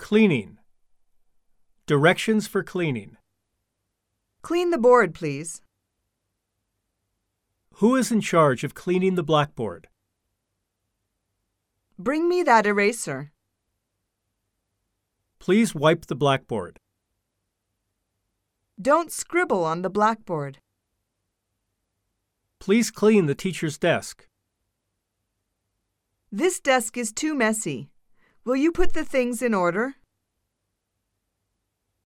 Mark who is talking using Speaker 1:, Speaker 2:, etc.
Speaker 1: Cleaning. Directions for cleaning.
Speaker 2: Clean the board, please.
Speaker 1: Who is in charge of cleaning the blackboard?
Speaker 2: Bring me that eraser.
Speaker 1: Please wipe the blackboard.
Speaker 2: Don't scribble on the blackboard.
Speaker 1: Please clean the teacher's desk.
Speaker 2: This desk is too messy. Will you put the things in order?